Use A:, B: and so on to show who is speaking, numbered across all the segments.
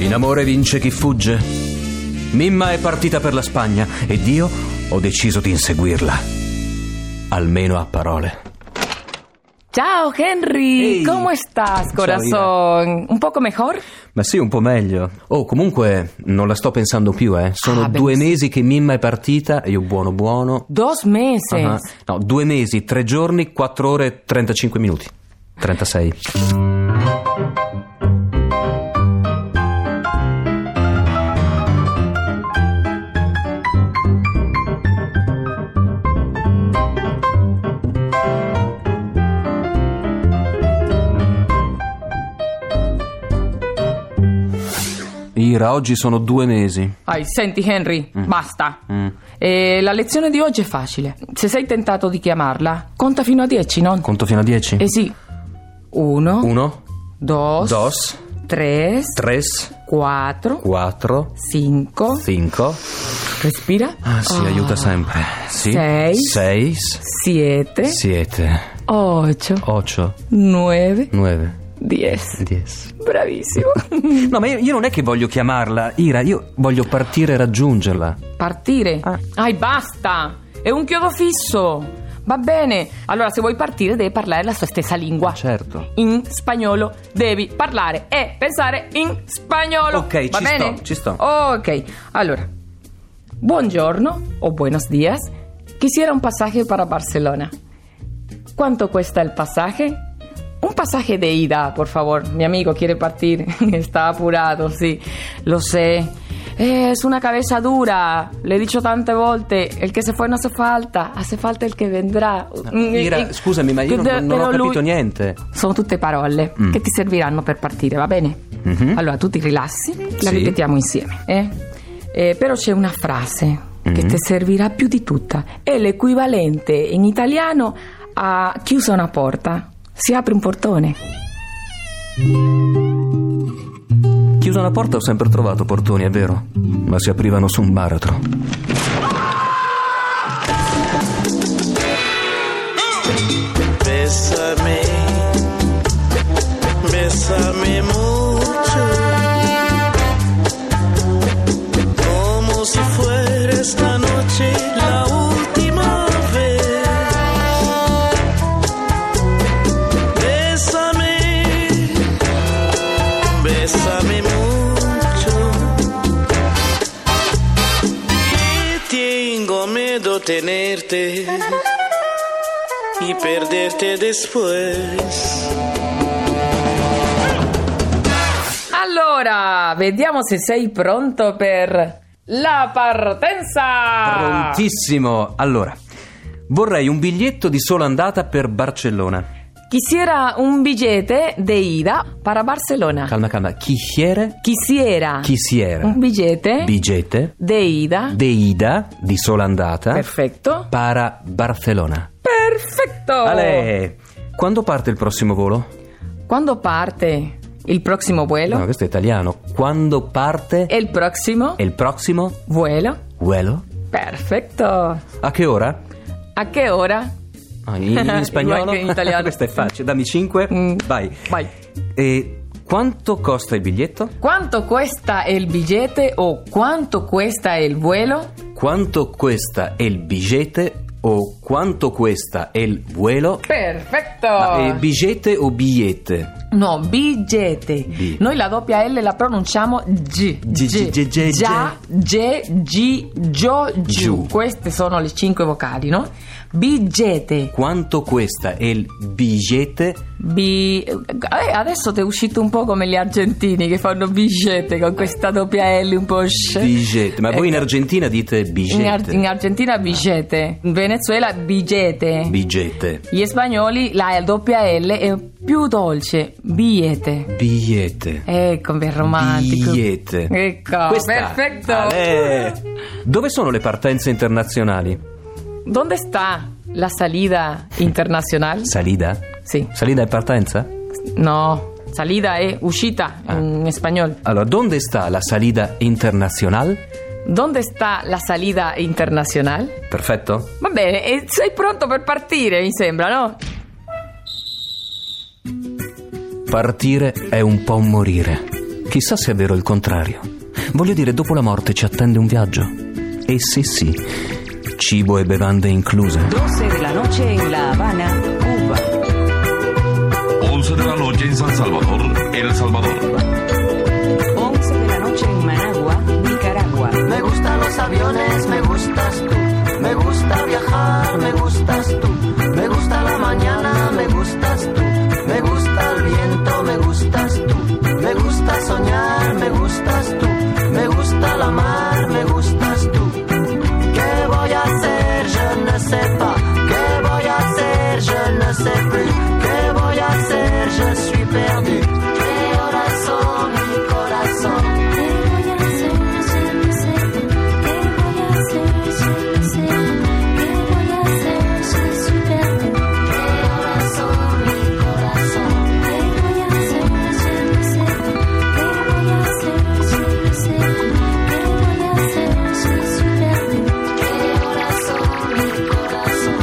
A: In amore vince chi fugge. Mimma è partita per la Spagna ed io ho deciso di inseguirla. Almeno a parole.
B: Ciao Henry,
A: Ehi.
B: ¿cómo estás,
A: Ciao,
B: corazón? ¿Un poco mejor?
A: Ma sì, un po' meglio. Oh, comunque non la sto pensando più, eh. Sono
B: Ah,
A: due
B: benissimo.
A: mesi che Mimma è partita e io buono buono.
B: Dos meses.
A: Ah, No, due mesi, tre giorni, quattro ore e 35 minuti. 36. Ira, oggi sono due mesi.
B: Ai, senti Henry, basta. Eh, la lezione di oggi è facile. Se sei tentato di chiamarla, conta fino a 10, no?
A: Conto fino a 10.
B: eh sì. Uno,
A: Uno,
B: dos,
A: dos,
B: tres,
A: tres,
B: quattro,
A: quattro,
B: cinco.
A: cinco.
B: Respira.
A: Ah, sì, aiuta sempre. Sì.
B: Sei.
A: Seis.
B: Siete,
A: Siete.
B: ocho,
A: Ocho.
B: nueve,
A: Nueve.
B: diez.
A: Diez.
B: Bravissimo.
A: No, ma io, io non è che voglio chiamarla, Ira, io voglio partire e raggiungerla.
B: Partire?
A: Ah.
B: Ai, basta! È un chiodo fisso! Va bene, allora se vuoi partire devi parlare la sua stessa lingua.
A: Certo.
B: In spagnolo devi parlare e pensare in spagnolo.
A: Ok,
B: Va
A: ci
B: bene?
A: sto, ci sto.
B: Ok, allora. Buongiorno o buenos días. Quisiera un pasaje para Barcelona. ¿Cuánto cuesta el pasaje? Un pasaje de ida, por favor. Mi amigo quiere partir. Está apurado, sí. Lo sé. Eh, Es una cabeza dura. Le he dicho tante volte. El que se fue no hace falta. Hace falta el que vendrá.
A: Ira, scusami, ma io non, non ho
B: Mm, eh, Però lui-
A: capito niente.
B: Sono tutte parole
A: Mm.
B: che ti serviranno per partire, va bene?
A: Mhm.
B: Allora tu ti rilassi, la
A: Sì.
B: ripetiamo insieme. eh? Eh, però c'è una frase che
A: Mhm.
B: ti servirà più di tutta. È l'equivalente in italiano a chiusa una porta, si apre un portone.
A: Chiusa una porta ho sempre trovato portoni, è vero, ma si aprivano su un baratro.
C: Bésame, bésame mucho, como si fuera esta noche la última vez. Bésame, bésame mucho, que tengo miedo tenerte y perderte después.
B: Allora, vediamo se sei pronto per la partenza.
A: Prontissimo. Allora, vorrei un biglietto di sola andata per Barcellona.
B: Quisiera un billete de ida para Barcelona.
A: Calma, calma. Chichiere,
B: Quisiera
A: chisiera.
B: Ah. un billete
A: Bigete,
B: de ida.
A: deida, di sola andata.
B: Perfetto.
A: Para Barcellona.
B: Perfetto.
A: Ale, quando parte il prossimo volo?
B: Quando parte il prossimo
A: No,
B: vuelo?
A: questo è italiano. Quando parte
B: E il prossimo
A: e il prossimo
B: vuelo?
A: vuelo?
B: Perfetto.
A: A che ora?
B: A che ora?
A: Ah, in, in spagnolo?
B: Igual che in italiano.
A: questo è facile. Dammi 5.
B: Mm.
A: Vai.
B: Vai.
A: E quanto costa il biglietto?
B: Quanto costa il biglietto o quanto costa il vuelo?
A: Quanto questa è il bigete o quanto questa è il vuelo?
B: Perfetto.
A: Ah, eh, bigete o bigliette?
B: no, bigliette. Noi la doppia L la pronunciamo G.
A: G, G, G, G,
B: Già, G, G, Gio, giù.
A: Giù.
B: Queste sono le cinque vocali, no? Billete.
A: Quanto cuesta il biglietto?
B: Bi- eh, adesso ti è uscito un po' come gli argentini che fanno billete con questa doppia L un po' sc-
A: Biglietto. Ma voi in Argentina dite
B: Eh, in, Ar- in
A: bigliette. Ah.
B: Argentina billete, in Venezuela billete.
A: Bigliette.
B: Gli spagnoli la doppia L è più dolce, biete.
A: Bigliette.
B: Ecco, ben romantico.
A: Bigliette.
B: Ecco,
A: Questa.
B: perfetto.
A: Ale. Dove sono le partenze internazionali?
B: ¿Dónde está la salida internacional?
A: Salida?
B: Sí.
A: Salida è partenza?
B: No, salida es uscita
A: Ah.
B: en español.
A: Allora, dove sta la salida internazional?
B: ¿Dónde está la salida internacional?
A: Perfetto.
B: Va bene, e sei pronto per partire, mi sembra, no?
A: Partire è un po' morire. Chissà se è vero il contrario. Voglio dire, dopo la morte ci attende un viaggio. E se sì, cibo e bevande incluse.
D: 12 de la noche en La Habana, Cuba.
E: 11 de la noche en San Salvador, El Salvador.
D: 11 de la noche en Managua, Nicaragua.
F: Me gustan los aviones, me gustas tú. Me gusta viajar, me gustas tú. Me gusta la mañana, me gustas tú. Me gusta el viento, me gustas tú. Me gusta soñar, me gustas tú. Me gusta la mar, me gustas tú. ¿Qué voy a hacer? Yo no sé pas. ¿Qué voy a hacer? Yo no sé plus. ¿Qué voy a hacer? Je suis perdu. ¿Qué hora son, mi corazón?
G: ¿Qué voy a hacer? Yo no sé. ¿Qué voy a hacer? Yo no sé. ¿Qué voy a hacer? Yo soy perdida. ¿Qué hora son mi corazón? ¿Qué voy a hacer? Yo no sé. ¿Qué voy a hacer? Yo no sé. ¿Qué voy a hacer? Yo soy perdida. ¿Qué hora son mi corazón?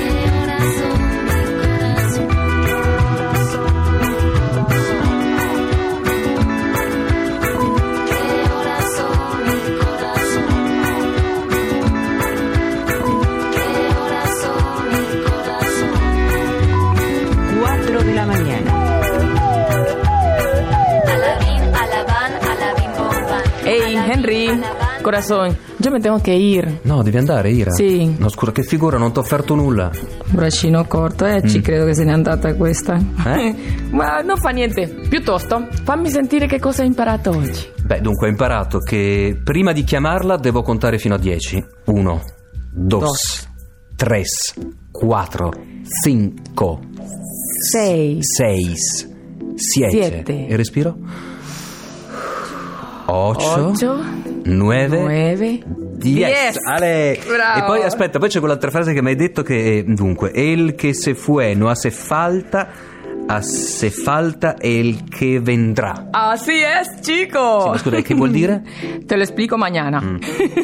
G: ¿Qué hora son mi corazón? corazón, mi corazón.
D: 4 de la mañana.
G: Alabín, alabán, alabín, bombán.
B: Ehi, Henry, corazón, yo me tengo que ir.
A: No, devi andare, Ira.
B: Sì.
A: No, scusa, che figura, non ti ho offerto nulla.
B: Braccino corto, eh, ci credo che se n'è andata questa.
A: Mm. Eh?
B: Ma non fa niente, piuttosto fammi sentire che cosa hai imparato oggi.
A: Beh, dunque, ho imparato che prima di chiamarla devo contare fino a 10. 1, 2,
B: Dos.
A: 3, 4, 5,
B: Sei.
A: 6, 7.
B: Siete.
A: E respiro? 8,
B: Ocho.
A: 9,
B: Nueve.
A: 10.
B: Diez.
A: Ale!
B: Bravo.
A: E poi aspetta, poi c'è quell'altra frase che mi hai detto che è, dunque, el que se fue no hace falta, hace falta el que vendrà.
B: Así es, chico.
A: Sì, ma scusa, e che vuol dire? Mm.
B: Te lo explico mañana.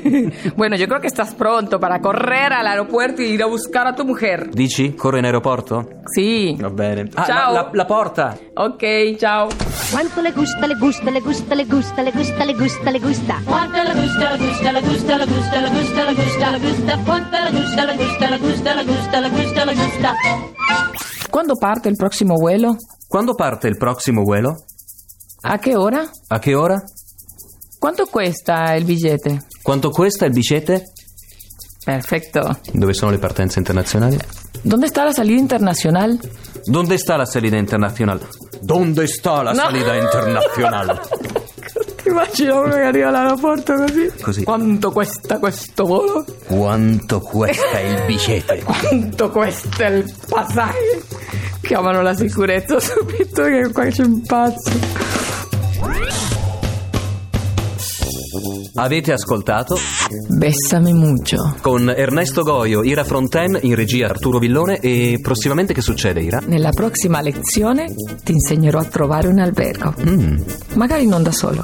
B: bueno, yo creo que estás pronto para correr al aeropuerto y ir a buscar a tu mujer.
A: Dici? Corro in aeroporto?
B: Sí.
A: Va bene. Ah,
B: Ciao.
A: La, la- la porta.
B: Ok, chao.
H: Cuánto le gusta, le gusta, le gusta, le gusta, le gusta, le gusta, le gusta.
I: Cuánto le gusta, le gusta, le gusta, le gusta, le gusta, le gusta, le gusta. Cuánto le gusta, le gusta, le gusta, le gusta, le gusta, le gusta.
B: ¿Cuándo parte el próximo vuelo?
A: Quando parte il prossimo vuelo?
B: ¿A qué hora?
A: A che ora?
B: ¿Cuánto cuesta el billete?
A: Quanto cuesta il bicete?
B: Perfecto.
A: Dove sono le partenze internazionali?
B: ¿Dónde está la salida internacional?
A: Dove sta la salida internazionale? Dove sta la
B: No.
A: salida internazionale?
B: Te imagino que arriba al aeropuerto así.
A: Così.
B: ¿Cuánto cuesta questo vuelo?
A: Quanto cuesta il bicete?
B: ¿Cuánto cuesta el pasaje? Chiamano la sicurezza subito che qua c'è un pazzo.
A: Avete ascoltato
B: Bessame mucho.
A: con Ernesto Goio, Ira Fronten, in regia Arturo Villone e prossimamente che succede Ira?
B: Nella prossima lezione ti insegnerò a trovare un albergo. Magari non da solo.